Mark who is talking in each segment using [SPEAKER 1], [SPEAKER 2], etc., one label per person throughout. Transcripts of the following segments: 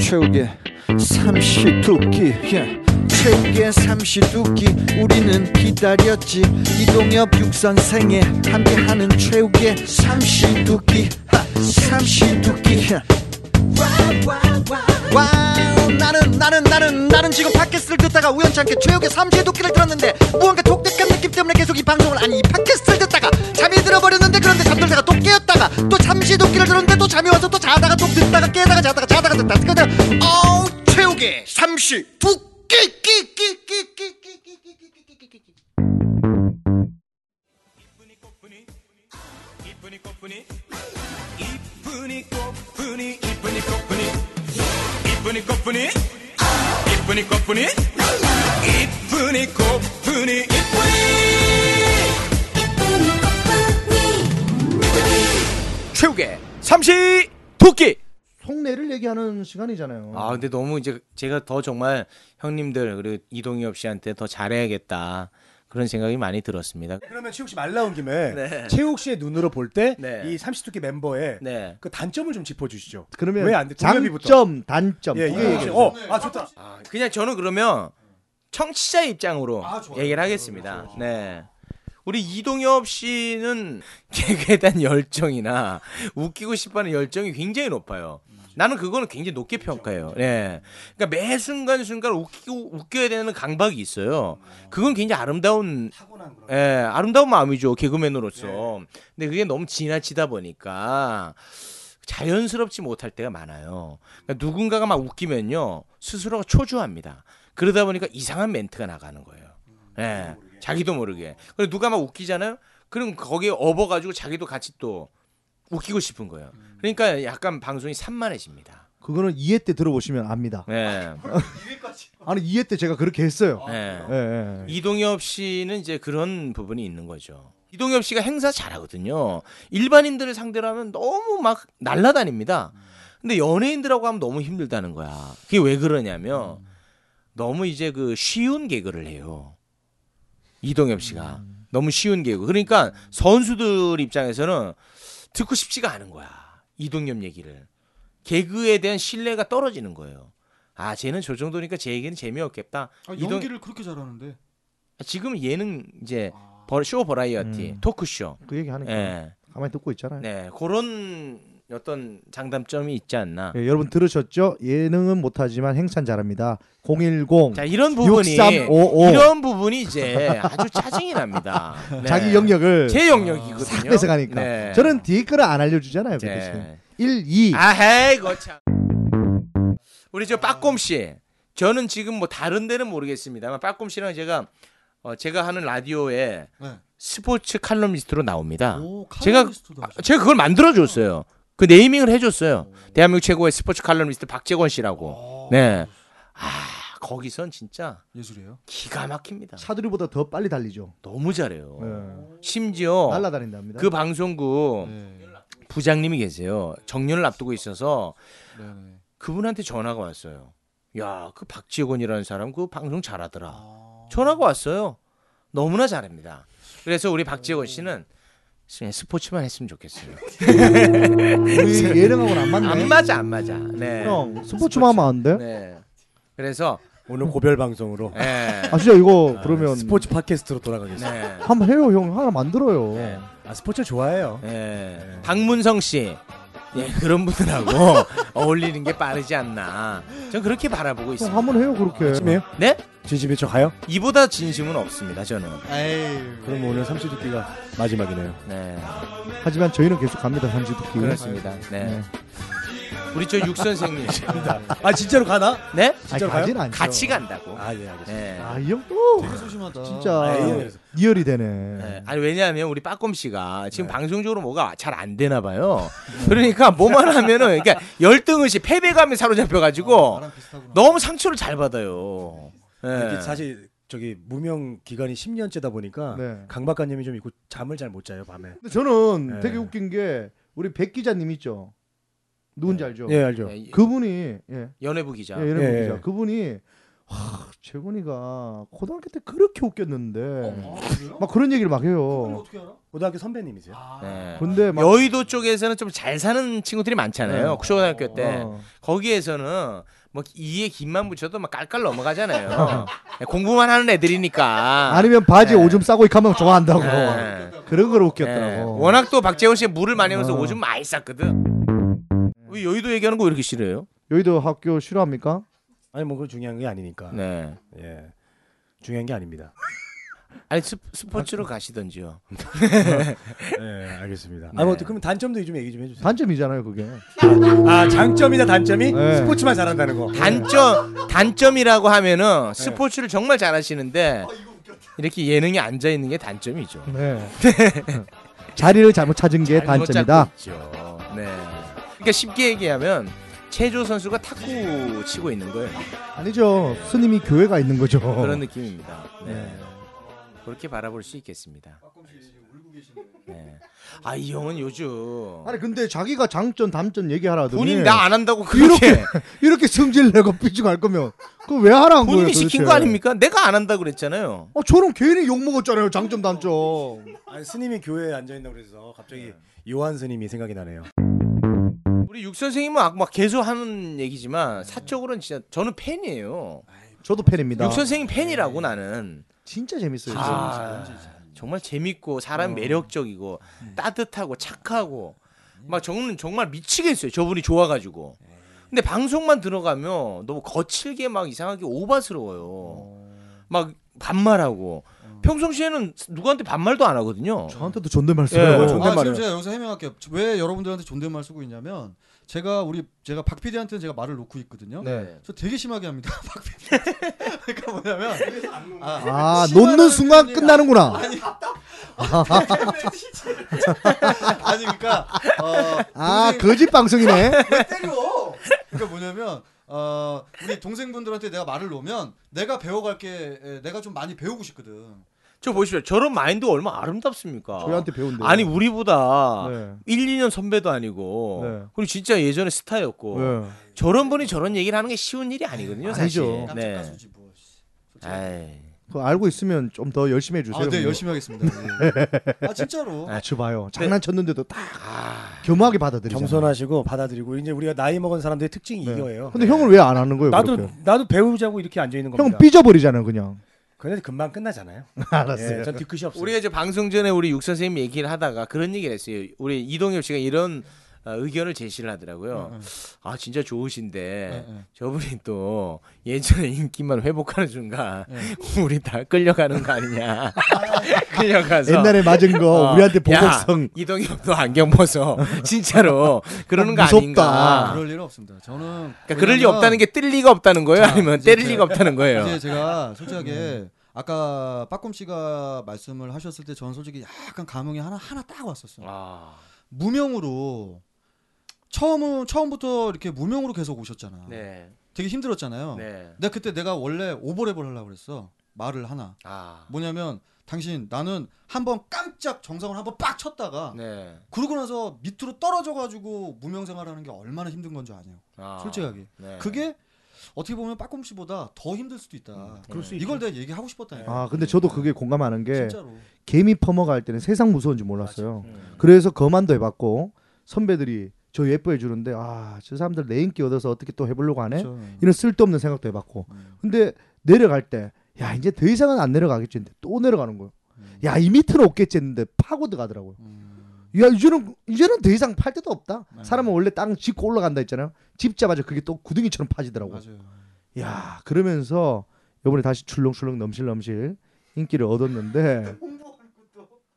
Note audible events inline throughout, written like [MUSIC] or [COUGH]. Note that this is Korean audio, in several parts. [SPEAKER 1] 최후의 삼시두끼 yeah. 최후의 삼시두끼 우리는 기다렸지 이동엽 육선생에 함께하는 최후의 삼시두끼 하, 삼시두끼 yeah. 와우 나는 나는 나는 나는 지금 팟캐스트를 듣다가 우연찮게 최욱의 삼시두끼를 들었는데 무언가 독특한 느낌 때문에 계속 이 방송을 아니 이 팟캐스트를 듣다가 잠이 들어버렸는데 그런데 잠들다가 또 깨었다가 또 삼시두끼를 들었는데 또 잠이 와서 또 자다가 또 듣다가 깨다가 자다가 자다가 듣다 그냥 어우 최욱의 삼시두끼 끼끼끼끼끼끼끼끼끼끼끼끼끼끼끼
[SPEAKER 2] 이쁜이 꽃분이 이쁜이 꽃분이 이쁜이 꽃분이 이쁜이 꽃분이 이쁜이 꽃분이 이쁜이 꽃분이 이쁜이 꽃분이 이쁜이
[SPEAKER 3] 최욱의 삼시 도끼.
[SPEAKER 4] 속내를 얘기하는 시간이잖아요.
[SPEAKER 3] 아 근데 너무 이제 제가 더 정말 형님들 그리고 이동엽 씨한테 더 잘해야겠다 그런 생각이 많이 들었습니다.
[SPEAKER 4] 그러면 최욱 씨 말 나온 김에
[SPEAKER 3] [LAUGHS] 네.
[SPEAKER 4] 최욱 씨의 눈으로 볼 때 이
[SPEAKER 3] 네.
[SPEAKER 4] 30두께 멤버의
[SPEAKER 3] 네.
[SPEAKER 4] 그 단점을 좀 짚어주시죠.
[SPEAKER 5] 그러면
[SPEAKER 4] 왜안 돼? 동엽이부터.
[SPEAKER 5] 장점, 단점.
[SPEAKER 4] 예, 이게 얘기. 어, 아 좋다.
[SPEAKER 3] 아, 그냥 저는 그러면 청취자 입장으로
[SPEAKER 4] 아, 좋아요.
[SPEAKER 3] 얘기를 하겠습니다. 네. 우리 이동엽 씨는 [LAUGHS] 개그에 대한 열정이나 웃기고 싶어하는 열정이 굉장히 높아요. 나는 그거는 굉장히 높게 평가해요.
[SPEAKER 4] 그렇죠.
[SPEAKER 3] 네. 그러니까 매 순간 순간 웃기고 웃겨야 되는 강박이 있어요. 그건 굉장히 아름다운 예, 아름다운 마음이죠. 개그맨으로서.
[SPEAKER 4] 네.
[SPEAKER 3] 근데 그게 너무 지나치다 보니까 자연스럽지 못할 때가 많아요. 그러니까 누군가가 막 웃기면요. 스스로가 초조합니다. 그러다 보니까 이상한 멘트가 나가는 거예요. 예. 자기도 모르게. 그리고 누가 막 웃기잖아요. 그럼 거기에 업어가지고 자기도 같이 또 웃기고 싶은 거예요. 그러니까 약간 방송이 산만해집니다.
[SPEAKER 5] 그거는 2회 때 들어보시면 압니다.
[SPEAKER 3] 예.
[SPEAKER 5] 아니 2회 때 제가 그렇게 했어요.
[SPEAKER 3] 예.
[SPEAKER 5] 예, 예.
[SPEAKER 3] 이동엽 씨는 이제 그런 부분이 있는 거죠. 이동엽 씨가 행사 잘하거든요. 일반인들을 상대로 하면 너무 막 날라다닙니다. 근데 연예인들하고 하면 너무 힘들다는 거야. 그게 왜 그러냐면 너무 이제 그 쉬운 개그를 해요. 이동엽 씨가 너무 쉬운 개그. 그러니까 선수들 입장에서는 듣고 싶지가 않은 거야. 이동엽 얘기를. 개그에 대한 신뢰가 떨어지는 거예요. 아, 쟤는 저 정도니까 쟤 얘기는 재미없겠다. 이동-
[SPEAKER 6] 아, 그렇게 잘하는데
[SPEAKER 3] 지금 예능 이제 버- 쇼 버라이어티
[SPEAKER 5] 음.
[SPEAKER 3] 토크쇼
[SPEAKER 5] 그 얘기 하니까
[SPEAKER 3] 예.
[SPEAKER 5] 가만히 듣고 있잖아요.
[SPEAKER 3] 네 그런 어떤 장단점이 있지 않나
[SPEAKER 5] 예, 여러분 들으셨죠? 예능은 못하지만 행찬 잘합니다. 010
[SPEAKER 3] 자 이런 부분이
[SPEAKER 5] 6355.
[SPEAKER 3] 이런 부분이 이제 아주 짜증이 납니다
[SPEAKER 5] [LAUGHS]
[SPEAKER 3] 네.
[SPEAKER 5] 자기 영역을
[SPEAKER 3] 제 영역이거든요
[SPEAKER 5] 싹 뺏어가니까
[SPEAKER 3] 네.
[SPEAKER 5] 저는 뒤에 거를 안 알려주잖아요. 그 대신.
[SPEAKER 3] 네.
[SPEAKER 5] 1, 2
[SPEAKER 3] 아헤이 거참 우리 저 빠꼼 씨 저는 지금 뭐 다른 데는 모르겠습니다만 빠꼼 씨랑 제가 어, 제가 하는 라디오에
[SPEAKER 6] 네.
[SPEAKER 3] 스포츠 칼럼니스트로
[SPEAKER 5] 아,
[SPEAKER 3] 나옵니다
[SPEAKER 6] 오
[SPEAKER 3] 제가-
[SPEAKER 6] 칼럼니스트도 하죠.
[SPEAKER 3] 제가 그걸 만들어줬어요. 그 네이밍을 해줬어요. 대한민국 최고의 스포츠 칼럼니스트 박재권
[SPEAKER 5] 어.
[SPEAKER 3] 씨라고. 네. 아 거기선 진짜
[SPEAKER 6] 예술이에요
[SPEAKER 3] 기가 막힙니다.
[SPEAKER 5] 차두리보다 더 빨리 달리죠.
[SPEAKER 3] 너무 잘해요.
[SPEAKER 5] 예.
[SPEAKER 3] 심지어
[SPEAKER 5] 날라다닌답니다.
[SPEAKER 3] 그
[SPEAKER 5] 아,
[SPEAKER 3] 방송국
[SPEAKER 6] 네.
[SPEAKER 3] 부장님이 계세요. 정년을 앞두고 있어서
[SPEAKER 6] 네, 네.
[SPEAKER 3] 그분한테 전화가 왔어요. 야, 그 박재권이라는 사람 그 방송 잘하더라.
[SPEAKER 6] 아,
[SPEAKER 3] 전화가 왔어요. 너무나 잘합니다. 그래서 우리 박재권 씨는
[SPEAKER 5] 네.
[SPEAKER 3] 그냥 스포츠만 했으면 좋겠어요.
[SPEAKER 5] 우리 예능하고는 안 맞네.
[SPEAKER 3] 안 맞아, 안 맞아. 네.
[SPEAKER 5] 형 스포츠만 하면 안 돼?
[SPEAKER 3] 네. 그래서
[SPEAKER 4] 오늘 고별 방송으로
[SPEAKER 3] 예.
[SPEAKER 5] 아 진짜 이거 그러면
[SPEAKER 4] 스포츠 팟캐스트로 돌아가겠습니다.
[SPEAKER 3] 네.
[SPEAKER 5] 한번 해요 형 하나 만들어요.
[SPEAKER 3] 네.
[SPEAKER 4] 아 스포츠 좋아해요.
[SPEAKER 3] 예. 박문성 씨. 예, 그런 분들하고 [LAUGHS] 어울리는 게 빠르지 않나. 전 그렇게 바라보고
[SPEAKER 5] 형
[SPEAKER 3] 있습니다.
[SPEAKER 5] 한번 해요 그렇게.
[SPEAKER 4] 진심이에요?
[SPEAKER 3] 네?
[SPEAKER 4] 진심이 저 가요?
[SPEAKER 3] 이보다 진심은 없습니다, 저는.
[SPEAKER 4] 그럼 오늘 삼시두끼가 마지막이네요.
[SPEAKER 3] 네.
[SPEAKER 5] 하지만 저희는 계속 갑니다 삼시두끼.
[SPEAKER 3] 그렇습니다. 네. 우리 저 육선생님.
[SPEAKER 4] 아 진짜로 가나?
[SPEAKER 3] 네?
[SPEAKER 5] 아
[SPEAKER 4] 진짜로 가요?
[SPEAKER 5] 가진 않죠.
[SPEAKER 3] 같이 간다고.
[SPEAKER 4] 아 예 알겠습니다.
[SPEAKER 3] 네.
[SPEAKER 5] 아이형또
[SPEAKER 6] 소심하다
[SPEAKER 5] 진짜
[SPEAKER 4] 아, 예.
[SPEAKER 5] 리얼이 되네.
[SPEAKER 3] 네. 아니 왜냐하면 우리 빠꼼 씨가
[SPEAKER 6] 네.
[SPEAKER 3] 지금 방송적으로 뭐가 잘 안 되나 봐요. 그러니까 뭐만 하면은 그러니까 열등 의식, 패배감에 사로잡혀 가지고
[SPEAKER 6] 어, 나랑 비슷하구나
[SPEAKER 3] 너무 상처를 잘 받아요. 예.
[SPEAKER 4] 이게 사실 저기 무명 기간이 10년째다 보니까
[SPEAKER 3] 아.
[SPEAKER 5] 네.
[SPEAKER 4] 강박관념이 좀 있고 잠을 잘 못 자요 밤에.
[SPEAKER 5] 근데 저는
[SPEAKER 3] 네.
[SPEAKER 4] 예.
[SPEAKER 5] 되게 웃긴 게 우리 백 기자님 있죠. 누군지 알죠?
[SPEAKER 4] 예 알죠.
[SPEAKER 3] 예,
[SPEAKER 5] 그분이 예.
[SPEAKER 3] 연예부 기자.
[SPEAKER 5] 예, 이런
[SPEAKER 4] 예,
[SPEAKER 5] 기자.
[SPEAKER 4] 예.
[SPEAKER 5] 그분이 하, 재곤이가 고등학교 때 그렇게 웃겼는데 막 어, 아, 그런 얘기를 막 해요.
[SPEAKER 4] 고등학교 선배님이세요?
[SPEAKER 5] 아.
[SPEAKER 6] 아,
[SPEAKER 3] 네.
[SPEAKER 5] 근데 막
[SPEAKER 3] 여의도 쪽에서는 좀 잘 사는 친구들이
[SPEAKER 6] 네.
[SPEAKER 3] 많잖아요. 초등학교 때
[SPEAKER 5] 어.
[SPEAKER 3] 거기에서는 뭐 이에 김만 붙여도 막 깔깔
[SPEAKER 6] [LAUGHS]
[SPEAKER 3] 넘어가잖아요. 네, 공부만 하는 애들이니까.
[SPEAKER 5] 아니면 바지 에 오줌 싸고 이렇게 하면 좋아한다고
[SPEAKER 3] 네.
[SPEAKER 5] 그런 걸
[SPEAKER 3] 네.
[SPEAKER 5] 웃겼더라고.
[SPEAKER 3] 워낙 또 박재원 씨가 물을 많이 먹어서
[SPEAKER 5] 어.
[SPEAKER 3] 오줌 많이 쌌거든. 왜 여의도 얘기하는 거 왜 이렇게 싫어요?
[SPEAKER 5] 여의도 학교 싫어합니까?
[SPEAKER 4] 아니 뭐 그건 중요한 게 아니니까.
[SPEAKER 3] 네.
[SPEAKER 4] 예. 중요한 게 아닙니다.
[SPEAKER 3] 아니 스, 스포츠로 가시던지요.
[SPEAKER 4] 예, 알겠습니다.
[SPEAKER 5] 네.
[SPEAKER 4] 아뭐 어떻게 그럼 단점도 좀 얘기 좀
[SPEAKER 3] 네.
[SPEAKER 4] 해주세요.
[SPEAKER 5] 단점이잖아요 그게.
[SPEAKER 4] 아 장점이나 단점이
[SPEAKER 5] 네.
[SPEAKER 4] 스포츠만 잘한다는 거.
[SPEAKER 3] 단점 단점이라고 하면은
[SPEAKER 5] 네.
[SPEAKER 3] 스포츠를 정말
[SPEAKER 5] 아,
[SPEAKER 3] 잘하시는데 이렇게 예능에 앉아 있는 게 단점이죠.
[SPEAKER 5] 네. 자리를 잘못 찾은 게
[SPEAKER 3] 잘못
[SPEAKER 5] 단점이다.
[SPEAKER 3] 잡고 있죠. 네. 그러니까 쉽게 얘기하면 최조 선수가 탁구 치고 있는 거예요.
[SPEAKER 5] 아니죠. 스님이 교회가 있는 거죠.
[SPEAKER 3] 그런 느낌입니다. 네. 그렇게 바라볼 수 있겠습니다. 네. 아이 형은 요즘
[SPEAKER 5] 아니 근데 자기가 장점 단점 얘기하라더니
[SPEAKER 3] 본인 나 안 한다고 그렇게
[SPEAKER 5] 이렇게 이렇게 성질 내고 삐지고 할 거면 그거 왜 하라는
[SPEAKER 3] [LAUGHS]
[SPEAKER 5] 거예요?
[SPEAKER 3] 본인이 시킨
[SPEAKER 5] 도대체?
[SPEAKER 3] 거 아닙니까? 내가 안 한다고 그랬잖아요.
[SPEAKER 5] 어, 저런 괜히 욕 먹었잖아요. 장점 단점.
[SPEAKER 4] 아니 스님이 교회에 앉아 있나 그래서 갑자기
[SPEAKER 5] 네.
[SPEAKER 4] 요한 스님이 생각이 나네요.
[SPEAKER 3] 우리 육 선생님은 아- 막 계속 하는 얘기지만 사적으로는 진짜 저는 팬이에요.
[SPEAKER 5] 저도 팬입니다.
[SPEAKER 3] 육 선생님 팬이라고 나는.
[SPEAKER 5] 진짜 재밌어요.
[SPEAKER 3] 아, 정말 재밌고 사람 매력적이고 따뜻하고 착하고 막 저는 정말 미치겠어요. 저분이 좋아가지고. 근데 방송만 들어가면 너무 거칠게 막 이상하게 오바스러워요. 막 반말하고 평상시에는 누구한테 반말도 안 하거든요.
[SPEAKER 5] 저한테도 존댓말
[SPEAKER 3] 예,
[SPEAKER 5] 써요.
[SPEAKER 3] 어,
[SPEAKER 6] 아, 지금
[SPEAKER 5] 존댓말을.
[SPEAKER 6] 제가 여기서 해명할게요. 왜 여러분들한테 존댓말 쓰고 있냐면 제가 우리 제가 박 PD한테는 제가 말을 놓고 있거든요.
[SPEAKER 5] 네.
[SPEAKER 6] 저 되게 심하게 합니다. [LAUGHS] 박 PD. 그러니까 뭐냐면
[SPEAKER 5] 아,
[SPEAKER 6] 심하다는
[SPEAKER 5] 놓는 순간
[SPEAKER 6] 표현이
[SPEAKER 5] 끝나는구나.
[SPEAKER 6] 아니 아니 그러니까 어,
[SPEAKER 5] 아,
[SPEAKER 6] 동생-
[SPEAKER 5] 거짓 방송이네.
[SPEAKER 3] 그-
[SPEAKER 6] 왜 때려? 그러니까 뭐냐면 어, 우리 동생분들한테 내가 말을 놓으면 내가 배워갈 게 에, 내가 좀 많이 배우고 싶거든.
[SPEAKER 3] 저 보십시오. 저런 마인드 얼마나 아름답습니까?
[SPEAKER 5] 저희한테 배운대.
[SPEAKER 3] 아니 우리보다
[SPEAKER 5] 네.
[SPEAKER 3] 1, 2년 선배도 아니고
[SPEAKER 5] 네.
[SPEAKER 3] 그리고 진짜 예전에 스타였고
[SPEAKER 5] 네.
[SPEAKER 3] 저런 분이 저런 얘기를 하는 게 쉬운 일이 아니거든요, 사실.
[SPEAKER 5] 아니죠.
[SPEAKER 6] 깜짝
[SPEAKER 3] 네.
[SPEAKER 6] 가수지 뭐. 씨. 솔직히.
[SPEAKER 3] 아이,
[SPEAKER 5] 그거 알고 있으면 좀 더 열심히 해주세요.
[SPEAKER 6] 아, 네
[SPEAKER 3] 뭐-
[SPEAKER 5] 그럼.
[SPEAKER 6] 열심히 하겠습니다. 네. 아 진짜로.
[SPEAKER 5] 아, 저 봐요. 장난쳤는데도 딱 겸허하게 받아들이잖아요.
[SPEAKER 4] 겸손하시고 받아들이고 이제 우리가 나이 먹은 사람들의 특징이
[SPEAKER 5] 네.
[SPEAKER 4] 이거예요.
[SPEAKER 5] 근데 형은 왜 안 하는 거예요?
[SPEAKER 4] 나도
[SPEAKER 5] 그렇게?
[SPEAKER 4] 나도 배우자고 이렇게 앉아 있는 겁니다.
[SPEAKER 5] 형은 삐져버리잖아요, 그냥.
[SPEAKER 4] 그런데 금방 끝나잖아요.
[SPEAKER 5] [LAUGHS] 알았어요.
[SPEAKER 4] 예, 전 뒤끝이 없어요.
[SPEAKER 3] 우리가 이제 방송 전에 우리 육 선생님 얘기를 하다가 그런 얘기를 했어요. 우리 이동엽 씨가 이런 어, 의견을 제시를 하더라고요.
[SPEAKER 5] 네,
[SPEAKER 3] 아 진짜 좋으신데
[SPEAKER 6] 응, 응.
[SPEAKER 3] 저분이 또 예전에 인기만 회복하는 순간
[SPEAKER 5] 네.
[SPEAKER 3] 우리 다 끌려가는 거 아니냐. [LAUGHS] 끌려가서
[SPEAKER 5] 옛날에 맞은 거
[SPEAKER 3] 어,
[SPEAKER 5] 우리한테
[SPEAKER 3] 야,
[SPEAKER 5] 보고성.
[SPEAKER 3] 이동엽도 안경 벗어 [LAUGHS] 진짜로 그러는 거
[SPEAKER 5] 무섭다.
[SPEAKER 3] 아닌가.
[SPEAKER 6] 그럴 일 없습니다. 저는
[SPEAKER 3] 그러니까 그럴 리
[SPEAKER 6] 왜냐면
[SPEAKER 3] 없다는 게 뜰 리가 없다는 거예요,
[SPEAKER 6] 자,
[SPEAKER 3] 아니면
[SPEAKER 6] 이제
[SPEAKER 3] 때릴
[SPEAKER 6] 제-
[SPEAKER 3] 리가 없다는 거예요. 음.
[SPEAKER 6] 이제 제가 솔직하게 아까 빠꼼 씨가 말씀을 하셨을 때 저는 솔직히 약간 감흥이 하나 하나 딱 왔었어요.
[SPEAKER 3] 아,
[SPEAKER 6] 무명으로 처음은 처음부터 이렇게 무명으로 계속 오셨잖아.
[SPEAKER 3] 네,
[SPEAKER 6] 되게 힘들었잖아요.
[SPEAKER 3] 네,
[SPEAKER 6] 내가 그때 내가 원래 오버랩을 하려고 그랬어. 말을 하나.
[SPEAKER 3] 아,
[SPEAKER 6] 뭐냐면 당신 나는 한번 깜짝 정상을 한번 빡 쳤다가
[SPEAKER 3] 네,
[SPEAKER 6] 그러고 나서 밑으로 떨어져 가지고 무명 생활하는 게 얼마나 힘든 건지 아냐고.
[SPEAKER 3] 아,
[SPEAKER 6] 솔직하게.
[SPEAKER 3] 네.
[SPEAKER 6] 그게 어떻게 보면 빠꼼 씨보다 더 힘들 수도 있다.
[SPEAKER 4] 그럴 수
[SPEAKER 6] 음, 네. 이걸 내가 얘기하고 싶었다니까.
[SPEAKER 5] 아, 근데 저도 그게 예. 공감하는 게
[SPEAKER 6] 네. 진짜로. 음.
[SPEAKER 5] 개미 퍼먹할 때는 세상 무서운지 몰랐어요. 그래서 거만도 해봤고 선배들이 저 예뻐해 주는데 아 저 사람들 내 인기 얻어서 어떻게 또 해보려고 하네
[SPEAKER 6] 그렇죠. 음.
[SPEAKER 5] 이런 쓸데없는 생각도 해봤고 근데 내려갈 때 야 이제 더 이상은 안 내려가겠지 했는데 또 내려가는 거예요.
[SPEAKER 6] 음.
[SPEAKER 5] 야 이 밑으로 없겠지 했는데 파고드 가더라고요. 야 이제는 이제는 더 이상 팔 데도 없다.
[SPEAKER 6] 네.
[SPEAKER 5] 사람은 원래 땅 짚고 올라간다 했잖아요. 짚자마자 그게 또 구덩이처럼 파지더라고. 요
[SPEAKER 6] 맞아요.
[SPEAKER 5] 야 그러면서 요번에 다시 출렁출렁 넘실넘실 인기를 [LAUGHS] 얻었는데.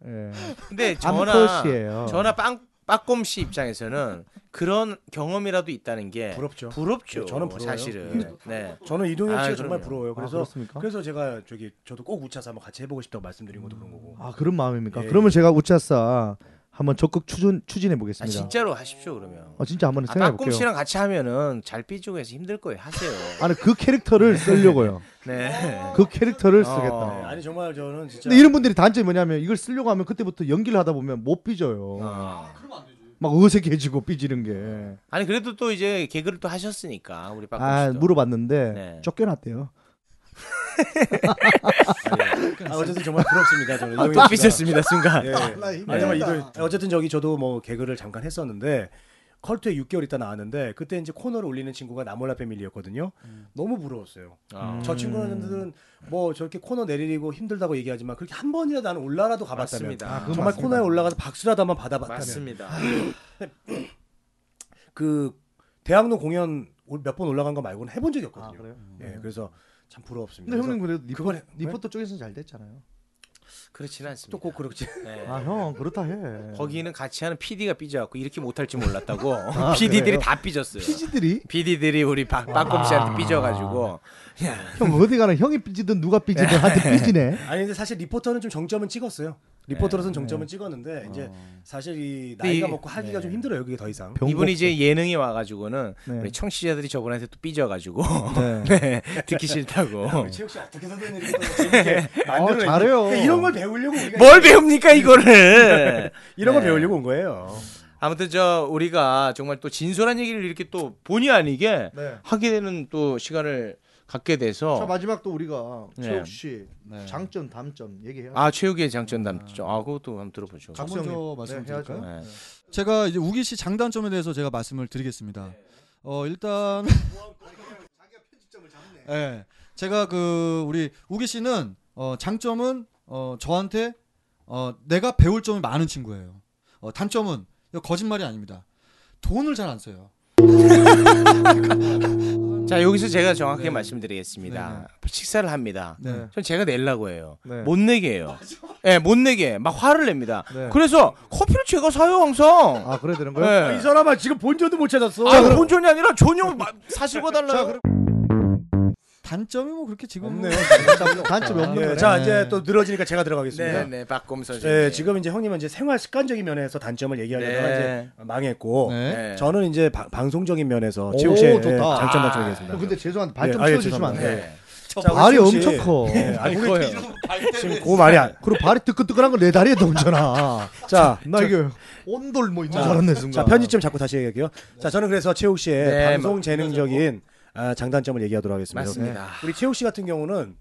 [SPEAKER 5] 예.
[SPEAKER 3] 근데 전화
[SPEAKER 5] 암컷이에요.
[SPEAKER 3] 전화 빵 빠꼼 씨 입장에서는 그런 경험이라도 있다는 게
[SPEAKER 4] 부럽죠.
[SPEAKER 3] 부럽죠.
[SPEAKER 4] 저는 부러워요.
[SPEAKER 3] 사실은. 네.
[SPEAKER 4] 저는 이동엽
[SPEAKER 3] 아,
[SPEAKER 4] 씨가 정말
[SPEAKER 3] 그럼요.
[SPEAKER 4] 부러워요.
[SPEAKER 5] 아,
[SPEAKER 4] 그래서
[SPEAKER 5] 그렇습니까?
[SPEAKER 4] 그래서 제가 저기 저도 꼭 우차서 한번 같이 해보고 싶다고 말씀드린 것도 그런 거고.
[SPEAKER 5] 아 그런 마음입니까?
[SPEAKER 4] 예,
[SPEAKER 5] 그러면 제가 우차싸 한번 적극 추진 추진해
[SPEAKER 3] 아,
[SPEAKER 5] 보겠습니다.
[SPEAKER 3] 진짜로 하십시오 그러면.
[SPEAKER 5] 아, 진짜 한번
[SPEAKER 3] 아,
[SPEAKER 5] 생각해
[SPEAKER 3] 빠꼼
[SPEAKER 5] 볼게요.
[SPEAKER 3] 씨랑 같이 하면은 잘 삐지고 해서 힘들 거예요. 하세요.
[SPEAKER 5] 아니 그 캐릭터를 쓰려고요.
[SPEAKER 3] 네.
[SPEAKER 5] 그 캐릭터를
[SPEAKER 3] 어.
[SPEAKER 4] 네,
[SPEAKER 5] 쓰겠다.
[SPEAKER 4] 아니 정말 저는 진짜
[SPEAKER 5] 근데 이런 분들이 단점이 뭐냐면 이걸 쓰려고 하면 그때부터 연기를 하다 보면 못 삐져요.
[SPEAKER 3] 어.
[SPEAKER 5] 막 어색해지고 삐지는 게.
[SPEAKER 3] 아니 그래도 또 이제 개그를 또 하셨으니까 우리 빠꼼
[SPEAKER 5] 아
[SPEAKER 3] 씨도.
[SPEAKER 5] 물어봤는데
[SPEAKER 3] 네.
[SPEAKER 5] 쫓겨났대요.
[SPEAKER 4] 아, 어쨌든 정말 부럽습니다. 저는
[SPEAKER 3] 아,
[SPEAKER 4] 이동엽
[SPEAKER 3] 또
[SPEAKER 4] 씨가.
[SPEAKER 3] 삐졌습니다 순간.
[SPEAKER 4] 예.
[SPEAKER 6] 나 힘들다.
[SPEAKER 4] 아, 정말 이거 어쨌든 저기 저도 뭐 개그를 잠깐 했었는데 컬투에 6개월 있다 나왔는데 그때 이제 코너를 올리는 친구가 나몰라 패밀리였거든요. 너무 부러웠어요. 저 친구들은 뭐 저렇게 코너 내리고 힘들다고 얘기하지만 그렇게 한 번이라도 나는 올라라도 가봤다면
[SPEAKER 3] 맞습니다. 아, 그건
[SPEAKER 4] 정말
[SPEAKER 5] 맞습니다.
[SPEAKER 4] 코너에 올라가서 박수라도 한번 받아봤다면
[SPEAKER 3] 맞습니다.
[SPEAKER 4] 그 대학로 공연 몇 번 올라간 거 말고는 해본 적이 없거든요.
[SPEAKER 5] 아, 그래요?
[SPEAKER 4] 예, 그래서 참 부러웠습니다.
[SPEAKER 5] 근데 형님 그래도 리포,
[SPEAKER 4] 그걸 해-
[SPEAKER 3] 네?
[SPEAKER 5] 리포터 쪽에서 잘 됐잖아요.
[SPEAKER 3] 그렇진 않습니다.
[SPEAKER 4] 또꼭 그렇지.
[SPEAKER 3] 네.
[SPEAKER 5] 아 형 그렇다 해.
[SPEAKER 3] 거기는 같이 하는 PD가 삐져갖고 이렇게 못할 줄 몰랐다고
[SPEAKER 5] 아,
[SPEAKER 3] PD들이
[SPEAKER 5] 그래요?
[SPEAKER 3] 다 삐졌어요.
[SPEAKER 5] 피지들이
[SPEAKER 3] PD들이 우리 박, 박곰 씨한테 삐져가지고
[SPEAKER 5] 형 어디 가나 형이 삐지든 누가 삐지든 한테 삐지네.
[SPEAKER 4] [LAUGHS] 아니 근데 사실 리포터는 좀 정점은 찍었어요. 리포터로서는 정점은 찍었는데 이제 사실 이 나이가
[SPEAKER 3] 이-
[SPEAKER 4] 먹고 하기가 좀 힘들어요. 그게 더 이상.
[SPEAKER 5] 병
[SPEAKER 3] 이분이 이제 예능에 와가지고는
[SPEAKER 5] 네.
[SPEAKER 3] 우리 청취자들이 저분한테 또 삐져가지고
[SPEAKER 5] 네.
[SPEAKER 3] [LAUGHS] 네, 듣기 싫다고
[SPEAKER 4] 체육 씨 어떻게 선생님 [LAUGHS] 이렇게 만들어 뭐?
[SPEAKER 5] 잘해요.
[SPEAKER 4] 네. 이런 걸 배우려고 우리가
[SPEAKER 3] 뭘 배웁니까 이거를
[SPEAKER 4] 이런 걸
[SPEAKER 3] 네.
[SPEAKER 4] 배우려고 온 거예요.
[SPEAKER 3] 아무튼 저 우리가 정말 또 진솔한 얘기를 이렇게 또 본의 아니게
[SPEAKER 5] 네. 어.
[SPEAKER 3] 하게 되는 또 시간을 갖게
[SPEAKER 5] 자
[SPEAKER 3] 돼서
[SPEAKER 5] 마지막 또 우리가
[SPEAKER 3] 네.
[SPEAKER 5] 최욱 씨
[SPEAKER 6] 네.
[SPEAKER 5] 장점 담점 얘기해요.
[SPEAKER 3] 아 최욱의 장점 담죠 아 그것도 한번 들어보죠
[SPEAKER 6] 각- 먼저 말씀드릴까요?
[SPEAKER 3] 네.
[SPEAKER 6] 제가 이제 우기 씨 장단점에 대해서 제가 말씀을 드리겠습니다. 어 일단 예. 제가 그 우리 우기 씨는 어 장점은 어 저한테 어 내가 배울 점이 많은 친구예요. 어 단점은 이거 거짓말이 아닙니다. 돈을 잘 안 써요.
[SPEAKER 3] 자 여기서 제가 정확하게
[SPEAKER 4] 네.
[SPEAKER 3] 말씀드리겠습니다 식사를 합니다
[SPEAKER 6] 네.
[SPEAKER 3] 전 제가 내려고 해요
[SPEAKER 5] 네.
[SPEAKER 3] 못 내게 해요 예 못 내게 막 화를 냅니다
[SPEAKER 5] 네.
[SPEAKER 3] 그래서 커피를 제가 사요 항상
[SPEAKER 5] 아 그래 되는
[SPEAKER 3] 예.
[SPEAKER 5] 거예요?
[SPEAKER 4] 이 사람아 지금 본전도 못 찾았어.
[SPEAKER 3] 아 본전이 아니라 전용 마- 사시고 달라요
[SPEAKER 6] 단점이 뭐 그렇게 지금
[SPEAKER 4] 없네요.
[SPEAKER 5] 단점이 없는
[SPEAKER 4] 네,
[SPEAKER 5] 거네.
[SPEAKER 4] 자 이제 또 늘어지니까 제가 들어가겠습니다.
[SPEAKER 3] 네네 박곰 선생님
[SPEAKER 4] 네, 지금 이제 형님은 이제 생활 습관적인 면에서 단점을 얘기하려다가
[SPEAKER 3] 네.
[SPEAKER 4] 이제 망했고
[SPEAKER 6] 네.
[SPEAKER 3] 네.
[SPEAKER 4] 저는 이제 바- 방송적인 면에서
[SPEAKER 5] 오,
[SPEAKER 4] 최욱 씨의
[SPEAKER 5] 좋다.
[SPEAKER 4] 예, 장점
[SPEAKER 3] 아.
[SPEAKER 4] 단점이겠습니다.
[SPEAKER 5] 어, 근데 죄송한데
[SPEAKER 4] 예,
[SPEAKER 5] 발좀
[SPEAKER 4] 아, 예,
[SPEAKER 5] 띄워주시면 안
[SPEAKER 4] 죄송합니다.
[SPEAKER 5] 돼요?
[SPEAKER 3] 네.
[SPEAKER 4] 자,
[SPEAKER 5] 발이
[SPEAKER 4] 최욱 씨.
[SPEAKER 5] 엄청 커.
[SPEAKER 4] 예, 아니,
[SPEAKER 3] 그거예요
[SPEAKER 4] 지금 그 말이 안.
[SPEAKER 5] 네. 그리고 발이 뜨끈뜨끈한 걸 내 다리에다 얹잖아.
[SPEAKER 4] 자,
[SPEAKER 5] [LAUGHS] 나 이게 온돌 뭐 있는 줄 알았네 순간.
[SPEAKER 4] 자 편집점 자꾸 다시 얘기할게요. 자 저는 그래서 최욱 씨의
[SPEAKER 3] 네,
[SPEAKER 4] 방송 재능적인 아, 장단점을 얘기하도록 하겠습니다.
[SPEAKER 3] 맞습니다.
[SPEAKER 4] 네. 우리 최욱 씨 같은 경우는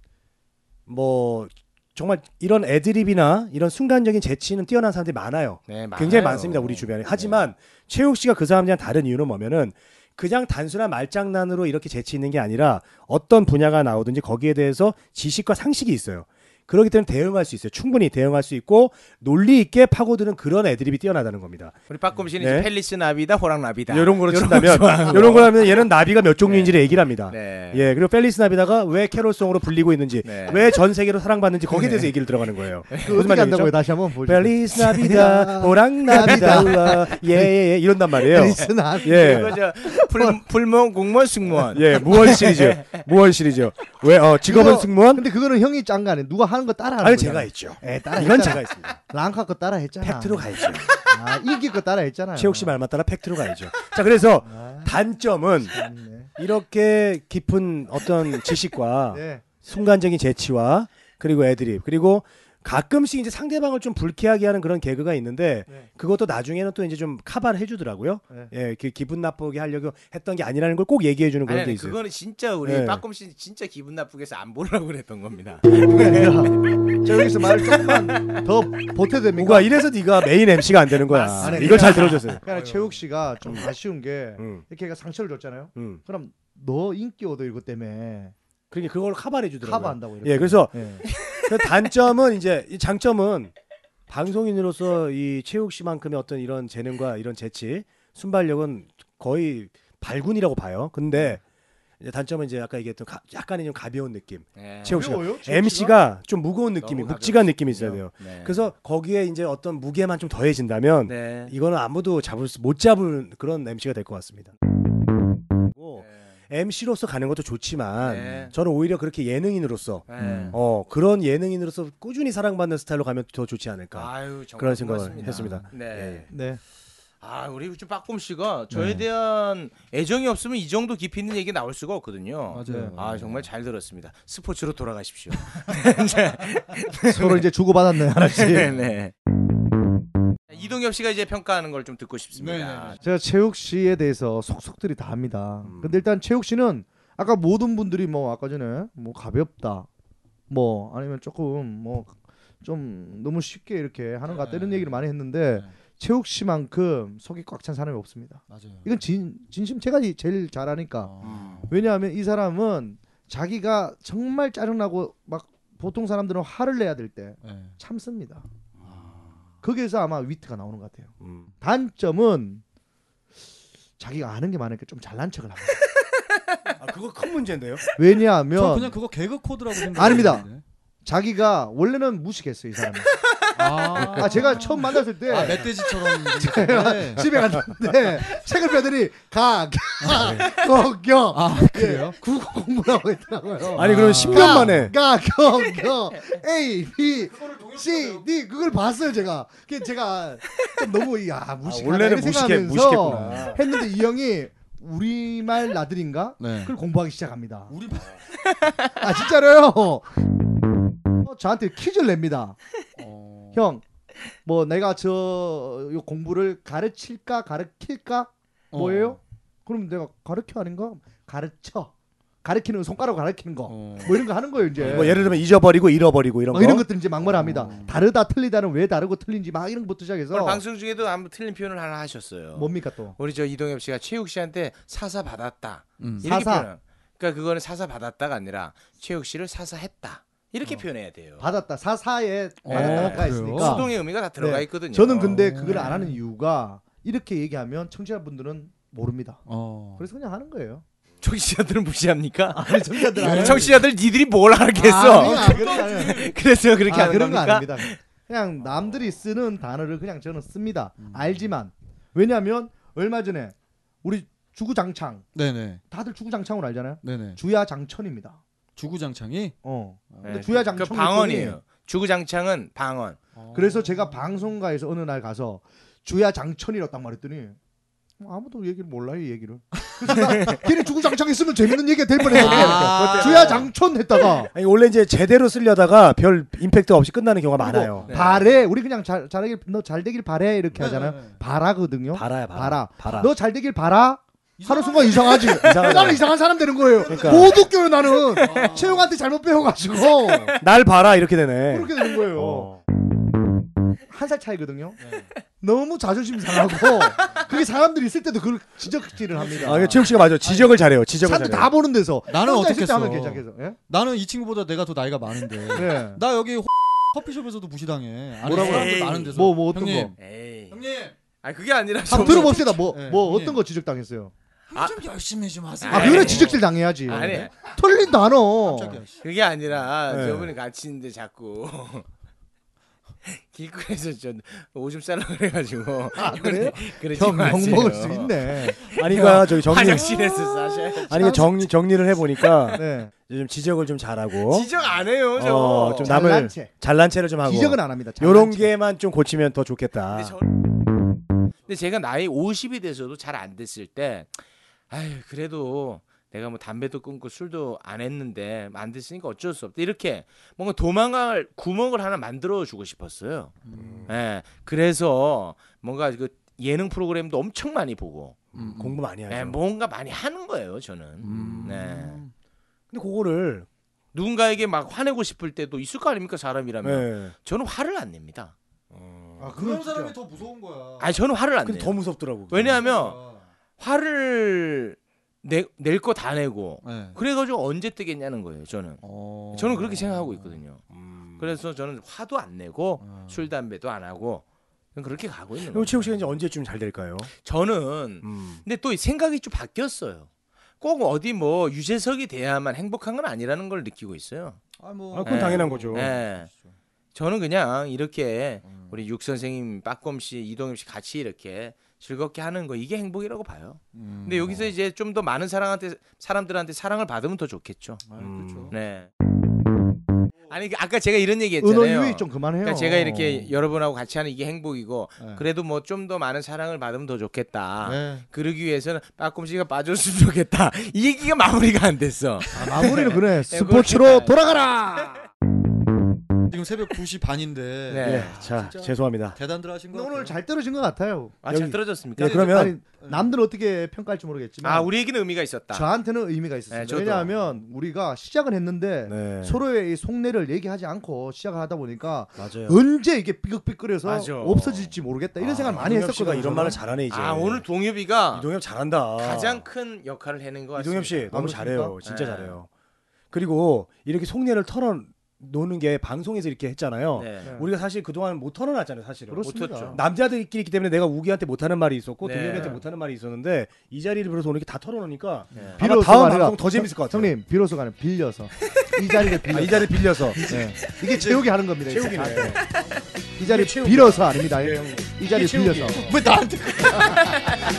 [SPEAKER 4] 뭐 정말 이런 애드립이나 이런 순간적인 재치는 뛰어난 사람들이 많아요.
[SPEAKER 3] 네, 많아요. 네.
[SPEAKER 4] 굉장히 많습니다 우리 주변에. 하지만 최욱 씨가 그 사람들이랑 다른 이유는 뭐면은 그냥 단순한 말장난으로 이렇게 재치 있는 게 아니라 어떤 분야가 나오든지 거기에 대해서 지식과 상식이 있어요. 그렇기 때문에 대응할 수 있어요. 충분히 대응할 수 있고 논리 있게 파고드는 그런 애드립이 뛰어나다는 겁니다.
[SPEAKER 3] 우리 박곰 씨는
[SPEAKER 4] 네.
[SPEAKER 3] 이제 펠리스 나비다 호랑 나비다
[SPEAKER 4] 이런 거로
[SPEAKER 3] 요런
[SPEAKER 4] 친다면
[SPEAKER 3] 거
[SPEAKER 4] [LAUGHS]
[SPEAKER 3] 좋아하고.
[SPEAKER 4] 이런 걸 하면 얘는 나비가 몇 종류인지를 얘기를 합니다.
[SPEAKER 3] 네.
[SPEAKER 4] 예 그리고 펠리스 나비다가 왜 캐롤송으로 불리고 있는지
[SPEAKER 3] 네.
[SPEAKER 4] 왜 전 세계로 사랑받는지 거기에 대해서 얘기를 들어가는 [LAUGHS] 거예요.
[SPEAKER 5] 그 어떻게 한다고요? 다시 한번 보여줘.
[SPEAKER 4] 펠리스 나비다 호랑 나비다 예예예 이런단 말이에요.
[SPEAKER 5] 나.
[SPEAKER 4] 예.
[SPEAKER 3] 그리고 저 불, 불멍 공무원 승무원
[SPEAKER 4] 예, 무원 시리즈. 무원 시리즈. 왜, 어, 직업은
[SPEAKER 5] 그거-
[SPEAKER 4] 승무원?
[SPEAKER 5] 근데 그거는 형이 짠 거 아니야? 누가 하는 거 따라 하는
[SPEAKER 4] 아니,
[SPEAKER 5] 거잖아.
[SPEAKER 4] 제가 했죠.
[SPEAKER 5] 예, 따라
[SPEAKER 4] 이건
[SPEAKER 5] 했잖아.
[SPEAKER 4] 제가 했습니다.
[SPEAKER 5] 랑카 거 따라 했잖아.
[SPEAKER 4] 팩트로 가야죠.
[SPEAKER 5] 아, 인기 거 따라 했잖아요.
[SPEAKER 4] 최욱 씨 말만 따라 팩트로 가야죠. 자, 그래서
[SPEAKER 5] 아,
[SPEAKER 4] 단점은
[SPEAKER 5] 네.
[SPEAKER 4] 이렇게 깊은 어떤
[SPEAKER 5] [LAUGHS]
[SPEAKER 4] 지식과
[SPEAKER 5] 네.
[SPEAKER 4] 순간적인 재치와 그리고 애드립 그리고 가끔씩 이제 상대방을 좀 불쾌하게 하는 그런 개그가 있는데
[SPEAKER 5] 네.
[SPEAKER 4] 그것도 나중에는 또 이제 좀 카바를 해주더라고요.
[SPEAKER 5] 네.
[SPEAKER 4] 예, 그 기분 나쁘게 하려고 했던 게 아니라는 걸 꼭 얘기해주는
[SPEAKER 3] 아니,
[SPEAKER 4] 그런 게
[SPEAKER 3] 아니
[SPEAKER 4] 있어요.
[SPEAKER 3] 그거는 진짜 우리
[SPEAKER 4] 예.
[SPEAKER 3] 박곰 씨는 진짜 기분 나쁘게 해서 안 보려고 그랬던 겁니다
[SPEAKER 5] 야, 저 여기서 말을 조금만 더 보태도 됩니까?
[SPEAKER 4] 뭔가 이래서 네가 메인 MC가 안 되는 거야.
[SPEAKER 5] 맞습니다.
[SPEAKER 4] 이걸 잘 들어줬어요.
[SPEAKER 5] 그러니까 최욱 씨가 좀 아쉬운 게
[SPEAKER 4] 음.
[SPEAKER 5] 이렇게 얘가 상처를 줬잖아요.
[SPEAKER 4] 음.
[SPEAKER 5] 그럼 너 인기 얻어 이거 때문에
[SPEAKER 4] 그러니까 그걸 카바를 해주더라고요.
[SPEAKER 5] 커버한다고 이렇게.
[SPEAKER 4] 예, 그래서
[SPEAKER 5] 예.
[SPEAKER 4] 그 단점은 이제 이 장점은 방송인으로서 이 최욱 씨만큼의 어떤 이런 재능과 이런 재치, 순발력은 거의 발군이라고 봐요. 근데 이제 단점은 이제 아까 얘기했던 가- 약간의 좀 가벼운 느낌.
[SPEAKER 3] 네.
[SPEAKER 4] 최욱 씨가
[SPEAKER 5] 어려워요? 최욱
[SPEAKER 4] MC가 좀 무거운 느낌이
[SPEAKER 3] 너무
[SPEAKER 4] 묵직한 느낌이 있어야 돼요.
[SPEAKER 3] 가벼웠군요. 네.
[SPEAKER 4] 그래서 거기에 이제 어떤 무게만 좀 더해진다면
[SPEAKER 3] 네.
[SPEAKER 4] 이거는 아무도 잡을 수, 못 잡을 그런 MC가 될 것 같습니다. 뭐
[SPEAKER 3] 예.
[SPEAKER 4] MC로서 가는 것도 좋지만
[SPEAKER 3] 네.
[SPEAKER 4] 저는 오히려 그렇게 예능인으로서
[SPEAKER 3] 네.
[SPEAKER 4] 어 그런 예능인으로서 꾸준히 사랑받는 스타일로 가면 더 좋지 않을까
[SPEAKER 3] 아유 정말
[SPEAKER 4] 그러니까 그런 생각을
[SPEAKER 3] 고맙습니다.
[SPEAKER 4] 했습니다.
[SPEAKER 3] 네.
[SPEAKER 4] 예, 네.
[SPEAKER 5] 네.
[SPEAKER 3] 아 우리 좀 박곰 씨가 저에 대한 애정이 없으면 이 정도 깊이 있는 얘기 나올 수가 없거든요.
[SPEAKER 6] 맞아요.
[SPEAKER 3] 아 정말 잘 들었습니다. 스포츠로
[SPEAKER 4] [LAUGHS]
[SPEAKER 3] 돌아가십시오.
[SPEAKER 5] 서로 이제 주고받았네 하나씩.
[SPEAKER 3] 네. 이동엽 씨가 이제 평가하는 걸 좀 듣고 싶습니다.
[SPEAKER 5] 제가 최욱 씨에 대해서 속속들이
[SPEAKER 6] 음.
[SPEAKER 5] 다 합니다. 근데 일단 최욱 씨는 아까 모든 분들이 뭐 아까 전에 뭐 가볍다, 뭐 아니면 조금 뭐 좀 너무 쉽게 이렇게 하는 것 같다 이런 얘기를 많이 했는데
[SPEAKER 6] 네.
[SPEAKER 5] 최욱 씨만큼 속이 꽉 찬 사람이 없습니다.
[SPEAKER 6] 맞아요.
[SPEAKER 5] 이건 진, 진심 제가 이- 제일 잘하니까
[SPEAKER 6] 어.
[SPEAKER 5] 왜냐하면 이 사람은 자기가 정말 짜증나고 막 보통 사람들은 화를 내야 될 때
[SPEAKER 6] 네.
[SPEAKER 5] 참습니다.
[SPEAKER 6] 아.
[SPEAKER 5] 거기에서 아마 위트가 나오는 것 같아요.
[SPEAKER 4] 음.
[SPEAKER 5] 단점은 자기가 아는 게 많으니까 좀 잘난 척을 합니다.
[SPEAKER 4] 아, 그거 큰 문제인데요.
[SPEAKER 6] 전
[SPEAKER 5] 왜냐하면
[SPEAKER 6] 그냥 그거 개그 코드라고 생각.
[SPEAKER 5] 아닙니다. 자기가 원래는 무식했어요 이 사람이.
[SPEAKER 6] 아,
[SPEAKER 5] 아 제가 처음 만났을 때
[SPEAKER 6] 아,
[SPEAKER 4] 네.
[SPEAKER 6] 멧돼지처럼
[SPEAKER 5] 제가
[SPEAKER 6] 네.
[SPEAKER 5] 집에
[SPEAKER 4] 아,
[SPEAKER 5] 갔는데 책을 펴더니
[SPEAKER 4] 네.
[SPEAKER 5] 가가거겨 예,
[SPEAKER 6] 아, 그래요?
[SPEAKER 5] 국어 공부라고 했더라고요.
[SPEAKER 4] [LAUGHS] 아니 그럼 10년 만에
[SPEAKER 5] 가거겨
[SPEAKER 4] 네.
[SPEAKER 5] A B C D 그걸 봤어요 제가. 그 제가 좀 너무 야 무식하다
[SPEAKER 4] 아, 원래는
[SPEAKER 5] 이렇게
[SPEAKER 4] 무식해,
[SPEAKER 5] 생각하면서
[SPEAKER 4] 무식했구나.
[SPEAKER 5] 했는데 이 형이 우리말 나들인가
[SPEAKER 6] 네.
[SPEAKER 5] 그걸 공부하기 시작합니다.
[SPEAKER 6] 우리
[SPEAKER 5] 아 진짜로요. 어, 저한테 퀴즈를 냅니다.
[SPEAKER 6] 어.
[SPEAKER 5] 형, 뭐 내가 저 요 공부를 가르칠까 가르킬까
[SPEAKER 6] 어.
[SPEAKER 5] 뭐예요? 그럼 내가 가르쳐 아닌가? 가르쳐. 가르키는 손가락 가르키는 거.
[SPEAKER 6] 어.
[SPEAKER 5] 뭐 이런 거 하는 거예요 이제.
[SPEAKER 4] 뭐 예를 들면 잊어버리고 잃어버리고 아, 이런
[SPEAKER 5] 막
[SPEAKER 4] 거.
[SPEAKER 5] 이런 것들 이제 막말합니다.
[SPEAKER 6] 뭐? 어.
[SPEAKER 5] 다르다 틀리다는 왜 다르고 틀린지 막 이런 것부터
[SPEAKER 3] 오늘
[SPEAKER 5] 시작해서
[SPEAKER 3] 방송 중에도 한번 틀린 표현을 하나 하셨어요.
[SPEAKER 5] 뭡니까 또?
[SPEAKER 3] 우리 저 이동엽 씨가 최욱 씨한테 사사 받았다.
[SPEAKER 6] 음.
[SPEAKER 3] 이렇게
[SPEAKER 5] 사사.
[SPEAKER 3] 표현. 그러니까 그거는 사사 받았다가 아니라 최욱 씨를 사사했다. 이렇게
[SPEAKER 5] 어.
[SPEAKER 3] 표현해야 돼요. 그러니까
[SPEAKER 5] 받았다 사사에
[SPEAKER 6] 어,
[SPEAKER 5] 받았다가
[SPEAKER 6] 그래요?
[SPEAKER 5] 있으니까.
[SPEAKER 3] 수동의 의미가 다 들어가
[SPEAKER 5] 네.
[SPEAKER 3] 있거든요.
[SPEAKER 5] 저는 근데 그걸 안 하는 이유가 이렇게 얘기하면 청취자분들은 모릅니다.
[SPEAKER 6] 어.
[SPEAKER 5] 그래서 그냥
[SPEAKER 3] [LAUGHS]
[SPEAKER 5] 하는 거예요.
[SPEAKER 3] 청취자들은 무시합니까?
[SPEAKER 5] 아니 청취자들 안
[SPEAKER 3] 청취자들 니들이 뭘 알겠어?
[SPEAKER 5] 아, 그런 거 아니에요.
[SPEAKER 3] 그래서 그렇게
[SPEAKER 5] 아,
[SPEAKER 3] 하는
[SPEAKER 5] 그런 거
[SPEAKER 3] 겁니까?
[SPEAKER 5] 아닙니다. 그냥 남들이 쓰는 단어를 그냥 저는 씁니다. 알지만 왜냐하면 얼마 전에 우리 주구장창
[SPEAKER 6] 네네.
[SPEAKER 5] 다들 주구장창으로 알잖아요.
[SPEAKER 6] 네네.
[SPEAKER 5] 주야장천입니다.
[SPEAKER 6] 주구장창이
[SPEAKER 5] 어.
[SPEAKER 3] 네.
[SPEAKER 5] 주야장
[SPEAKER 3] 그
[SPEAKER 5] 청구권이-
[SPEAKER 3] 방언이에요. 주구장창은 방언.
[SPEAKER 4] 어.
[SPEAKER 5] 그래서 제가 방송가에서 어느 날 가서 주야장천이라고 딱 말했더니 뭐 아무도 얘기를 몰라요 이 얘기를.
[SPEAKER 4] [LAUGHS]
[SPEAKER 5] 그래서 나 걔네 주구장창 있으면 재밌는 얘기가 될 뻔했어.
[SPEAKER 6] 아.
[SPEAKER 4] 그렇죠.
[SPEAKER 5] 주야장천 했다가
[SPEAKER 4] 아니, 원래 이제 제대로 쓰려다가 별 임팩트 없이 끝나는 경우가 많아요.
[SPEAKER 3] 네.
[SPEAKER 5] 바래 우리 그냥 잘 잘하길 너 잘 되길 바래 이렇게
[SPEAKER 6] 네,
[SPEAKER 5] 하잖아요.
[SPEAKER 6] 네, 네.
[SPEAKER 5] 바라거든요.
[SPEAKER 4] 바라야
[SPEAKER 5] 바라.
[SPEAKER 4] 바라. 바라.
[SPEAKER 5] 너 잘 되길 바라. 하는 순간 이상하지.
[SPEAKER 4] [LAUGHS] 이상하죠.
[SPEAKER 5] 나는 이상한 사람 되는 거예요.
[SPEAKER 4] 그러니까. 아.
[SPEAKER 5] 못 웃겨요 나는. 채용한테 잘못 배워가지고
[SPEAKER 4] [LAUGHS] 날 봐라 이렇게 되네.
[SPEAKER 5] 그렇게 되는 거예요.
[SPEAKER 4] 어.
[SPEAKER 5] 한 살 차이거든요.
[SPEAKER 3] 네.
[SPEAKER 5] 너무 자존심 상하고 그게 사람들이 있을 때도 그걸 지적질을 합니다.
[SPEAKER 4] 아, 이게 최욱 씨가 맞아. 지적을 잘해요. 지적을
[SPEAKER 5] 사람들
[SPEAKER 4] 잘해요.
[SPEAKER 5] 다 보는 데서
[SPEAKER 6] 나는
[SPEAKER 5] 혼자 있을 때
[SPEAKER 6] 어떻겠어.
[SPEAKER 5] 하면 괜찮겠어. 예?
[SPEAKER 6] 나는 이 친구보다 내가 더 나이가
[SPEAKER 5] [LAUGHS]
[SPEAKER 6] 많은데.
[SPEAKER 5] 네.
[SPEAKER 6] 나 여기 호- 커피숍에서도 무시당해. 아는
[SPEAKER 3] 뭐라고요?
[SPEAKER 6] 사람들
[SPEAKER 3] 에이.
[SPEAKER 6] 많은 데서.
[SPEAKER 5] 뭐, 뭐 어떤
[SPEAKER 6] 형님.
[SPEAKER 3] 에이.
[SPEAKER 6] 형님.
[SPEAKER 3] 아 그게 아니라 저는-
[SPEAKER 5] 한번 들어봅시다. 뭐 뭐
[SPEAKER 6] 네,
[SPEAKER 5] 어떤
[SPEAKER 6] 형님.
[SPEAKER 5] 거 지적당했어요?
[SPEAKER 3] 아.
[SPEAKER 6] 좀 열심히 좀 하세요.
[SPEAKER 5] 아,
[SPEAKER 3] 아니,
[SPEAKER 5] 그래
[SPEAKER 3] 아니.
[SPEAKER 5] 지적질 당해야지. 네?
[SPEAKER 3] 아니
[SPEAKER 5] 털린 단어.
[SPEAKER 6] 깜짝이야. 씨.
[SPEAKER 3] 그게 아니라
[SPEAKER 4] 네.
[SPEAKER 3] 저분이 같이 있는데 자꾸 [LAUGHS] 길거리에서 저 오줌 싸라 그래가지고
[SPEAKER 5] 아, 그래요?
[SPEAKER 3] 그러지
[SPEAKER 5] 형
[SPEAKER 3] 마세요.
[SPEAKER 5] 욕먹을 수 있네.
[SPEAKER 4] 아니 그러니까 저기 정리
[SPEAKER 3] 화장실에서 싸셔.
[SPEAKER 4] 아니 이게 정리 정리를 해 [LAUGHS] 보니까
[SPEAKER 5] 네.
[SPEAKER 4] 좀 지적을 좀
[SPEAKER 5] 뭐?
[SPEAKER 4] 잘하고
[SPEAKER 3] 지적 안 해요 저.
[SPEAKER 4] 어, 좀
[SPEAKER 5] 잘난
[SPEAKER 4] 남을
[SPEAKER 5] 채.
[SPEAKER 4] 잘난 체를 좀 하고
[SPEAKER 5] 지적은 안 합니다. 잘난
[SPEAKER 4] 요런
[SPEAKER 5] 채.
[SPEAKER 4] 게만 좀 고치면 더 좋겠다.
[SPEAKER 3] 근데, 저... 근데 제가 나이 50이 돼서도 잘 안 됐을 때, 아유 그래도 내가 뭐 담배도 끊고 술도 안 했는데 안 됐으니까 어쩔 수 없다 이렇게 뭔가 도망갈 구멍을 하나 만들어 주고 싶었어요.
[SPEAKER 4] 음.
[SPEAKER 3] 예, 그래서 뭔가 그 예능 프로그램도 엄청 많이 보고,
[SPEAKER 4] 음, 공부 많이 하죠.
[SPEAKER 3] 예, 뭔가 많이 하는 거예요 저는. 네.
[SPEAKER 6] 음.
[SPEAKER 4] 근데 그거를
[SPEAKER 3] 누군가에게 막 화내고 싶을 때도 있을 거 아닙니까 사람이라면.
[SPEAKER 4] 예.
[SPEAKER 3] 저는 화를 안 냅니다.
[SPEAKER 5] 아,
[SPEAKER 6] 그런
[SPEAKER 5] 그런
[SPEAKER 6] 사람이 더 무서운 거야.
[SPEAKER 3] 아니 저는 화를 안
[SPEAKER 4] 근데
[SPEAKER 3] 내요.
[SPEAKER 4] 더 무섭더라고. 그게.
[SPEAKER 3] 왜냐하면 화를 낼 거 다 내고
[SPEAKER 6] 네.
[SPEAKER 3] 그래가지고 언제 뜨겠냐는 거예요 저는
[SPEAKER 6] 어.
[SPEAKER 3] 저는 그렇게 생각하고 있거든요
[SPEAKER 4] 음.
[SPEAKER 3] 그래서 저는 화도 안 내고 술 담배도 안 하고 그냥 그렇게 가고 있는
[SPEAKER 4] 그럼
[SPEAKER 3] 거예요
[SPEAKER 4] 어. 최욱 씨가 음. 이제 언제쯤 잘 될까요?
[SPEAKER 3] 저는 근데 또 생각이 좀 바뀌었어요 꼭 어디 뭐 유재석이 돼야만 행복한 건 아니라는 걸 느끼고 있어요
[SPEAKER 6] 아, 뭐.
[SPEAKER 4] 아, 그건
[SPEAKER 3] 예.
[SPEAKER 4] 당연한 거죠.
[SPEAKER 3] 예. 저는 그냥 이렇게 우리 육 선생님 빠꼼 씨 이동엽 씨 같이 이렇게 즐겁게 하는 거 이게 행복이라고 봐요
[SPEAKER 6] 음.
[SPEAKER 3] 근데 여기서 이제 좀 더 많은 사람한테 사람들한테 사랑을 받으면 더 좋겠죠.
[SPEAKER 4] 음, 어.
[SPEAKER 6] 아, 그렇죠.
[SPEAKER 3] 네. 아니 그 아까 제가 이런 얘기했잖아요.
[SPEAKER 5] 은어 유의 좀 그만해요. 네.
[SPEAKER 3] 그러니까 제가 이렇게 여러분하고 같이 하는 이게 행복이고
[SPEAKER 6] 네.
[SPEAKER 3] 그래도 뭐 좀 더 많은 사랑을 받으면 더 좋겠다.
[SPEAKER 5] 아,
[SPEAKER 6] 네.
[SPEAKER 3] 그러기 위해서는 빠꼼씨가 빠졌으면 좋겠다. 이 얘기가 마무리가 안 됐어.
[SPEAKER 5] 아, 마무리는 그래.
[SPEAKER 3] 네,
[SPEAKER 5] 스포츠로
[SPEAKER 3] 그렇게
[SPEAKER 5] 돌아가라.
[SPEAKER 6] 지금 새벽 2시 반인데
[SPEAKER 3] 네.
[SPEAKER 4] 예, 자 죄송합니다.
[SPEAKER 6] 대단들 하신 거
[SPEAKER 5] 아, 오늘 잘 떨어진 것 같아요.
[SPEAKER 3] 아, 잘
[SPEAKER 4] 여기-
[SPEAKER 3] 떨어졌습니까?
[SPEAKER 4] 예, 그러면
[SPEAKER 5] 아니, 남들 어떻게 평가할지 모르겠지만
[SPEAKER 3] 아, 우리 얘기는 의미가 있었다.
[SPEAKER 5] 저한테는 의미가 있었어요.
[SPEAKER 3] 네, 저도.
[SPEAKER 5] 왜냐하면 우리가 시작을 했는데
[SPEAKER 4] 네.
[SPEAKER 5] 서로의 이 속내를 얘기하지 않고 시작을 하다 보니까
[SPEAKER 4] 맞아요.
[SPEAKER 5] 언제 이게 삐걱삐걱해서
[SPEAKER 3] 맞아.
[SPEAKER 5] 없어질지 모르겠다 이런 생각 을 많이
[SPEAKER 4] 이동엽 아, 씨가
[SPEAKER 5] 했었거든요.
[SPEAKER 4] 이런 말을 잘하네 이제.
[SPEAKER 3] 아, 오늘 동엽이가
[SPEAKER 4] 이동엽 잘한다.
[SPEAKER 3] 가장 큰 역할을 해낸 것 같습니다.
[SPEAKER 4] 이동엽 씨 너무
[SPEAKER 5] 아,
[SPEAKER 4] 잘해요.
[SPEAKER 5] 그렇습니까?
[SPEAKER 4] 진짜
[SPEAKER 3] 네.
[SPEAKER 4] 잘해요. 그리고 이렇게 속내를 털어 놓는 게 방송에서 이렇게 했잖아요.
[SPEAKER 3] 네.
[SPEAKER 5] 네.
[SPEAKER 4] 우리가 사실 그동안 못 털어놨잖아요, 사실은.
[SPEAKER 5] 그렇습니다.
[SPEAKER 3] 못했죠.
[SPEAKER 4] 남자들끼리 있기 때문에 내가 우기한테 못하는 말이 있었고
[SPEAKER 3] 네.
[SPEAKER 4] 동엽이한테 못하는 말이 있었는데 이 자리를 빌어서 오늘 이렇게 다 털어놓으니까
[SPEAKER 3] 네.
[SPEAKER 4] 아마 다음 방송 더
[SPEAKER 5] 형-
[SPEAKER 4] 재밌을 것 같아요.
[SPEAKER 5] 형님 비로소가 아니라 빌려서 이 자리를 빌려.
[SPEAKER 4] 아, 이 자리 빌려서
[SPEAKER 5] 네. 이게 채우기 하는 겁니다. 이제.
[SPEAKER 4] 채우기네.
[SPEAKER 5] 이 자리 빌어서 아닙니다. 이 자리 빌려서.
[SPEAKER 6] 왜 나한테 그래?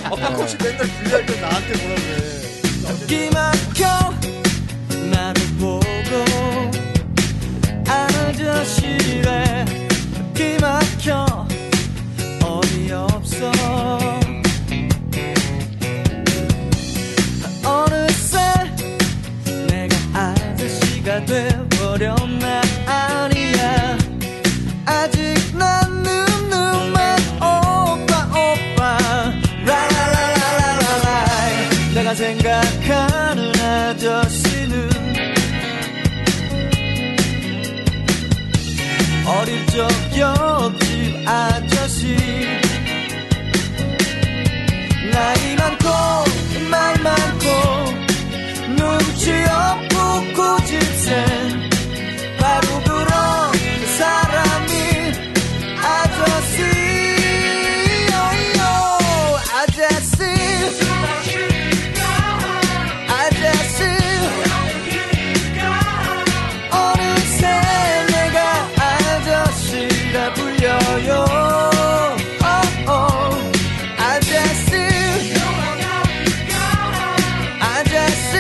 [SPEAKER 6] 아, 박홍씨 맨날 불리할 때 나한테 뭐라 그래?
[SPEAKER 1] 기막혀 나를 보고 아저씨래 기막혀 어이없어 어느새 내가 아저씨가 돼버렸나 아니야 아직 난 눈눈만 오빠 오빠 라라라라라라 내가 생각하는 아저씨는 어릴 적 옆집 아저씨 나이 많고 말 많고 눈치 없고 고집센 바로 그런 그 사람이 아저씨 어이요 아저씨 아저씨 어느새 내가 아저씨라 불려요 어, 어. 아저씨 아저씨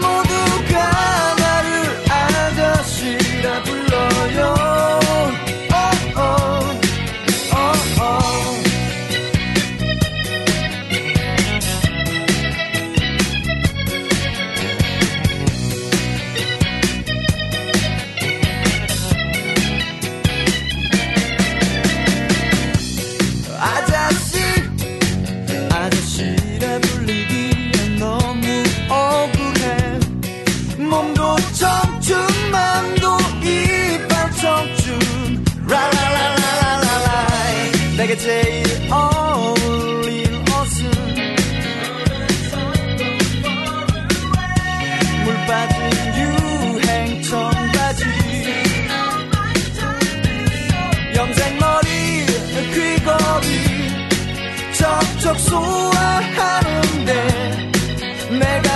[SPEAKER 1] 모두가 나를 아저씨라 불러요 oh, oh, oh, oh. 아저씨 아저씨라 불리기엔 너무 억울해 몸도 청춘 맘도 이빨 청춘 라라라라라라 내게 제일 어울린 옷은 물 빠진 유행 청바지 염색머리 귀걸이 저쪽 소화하는데 내가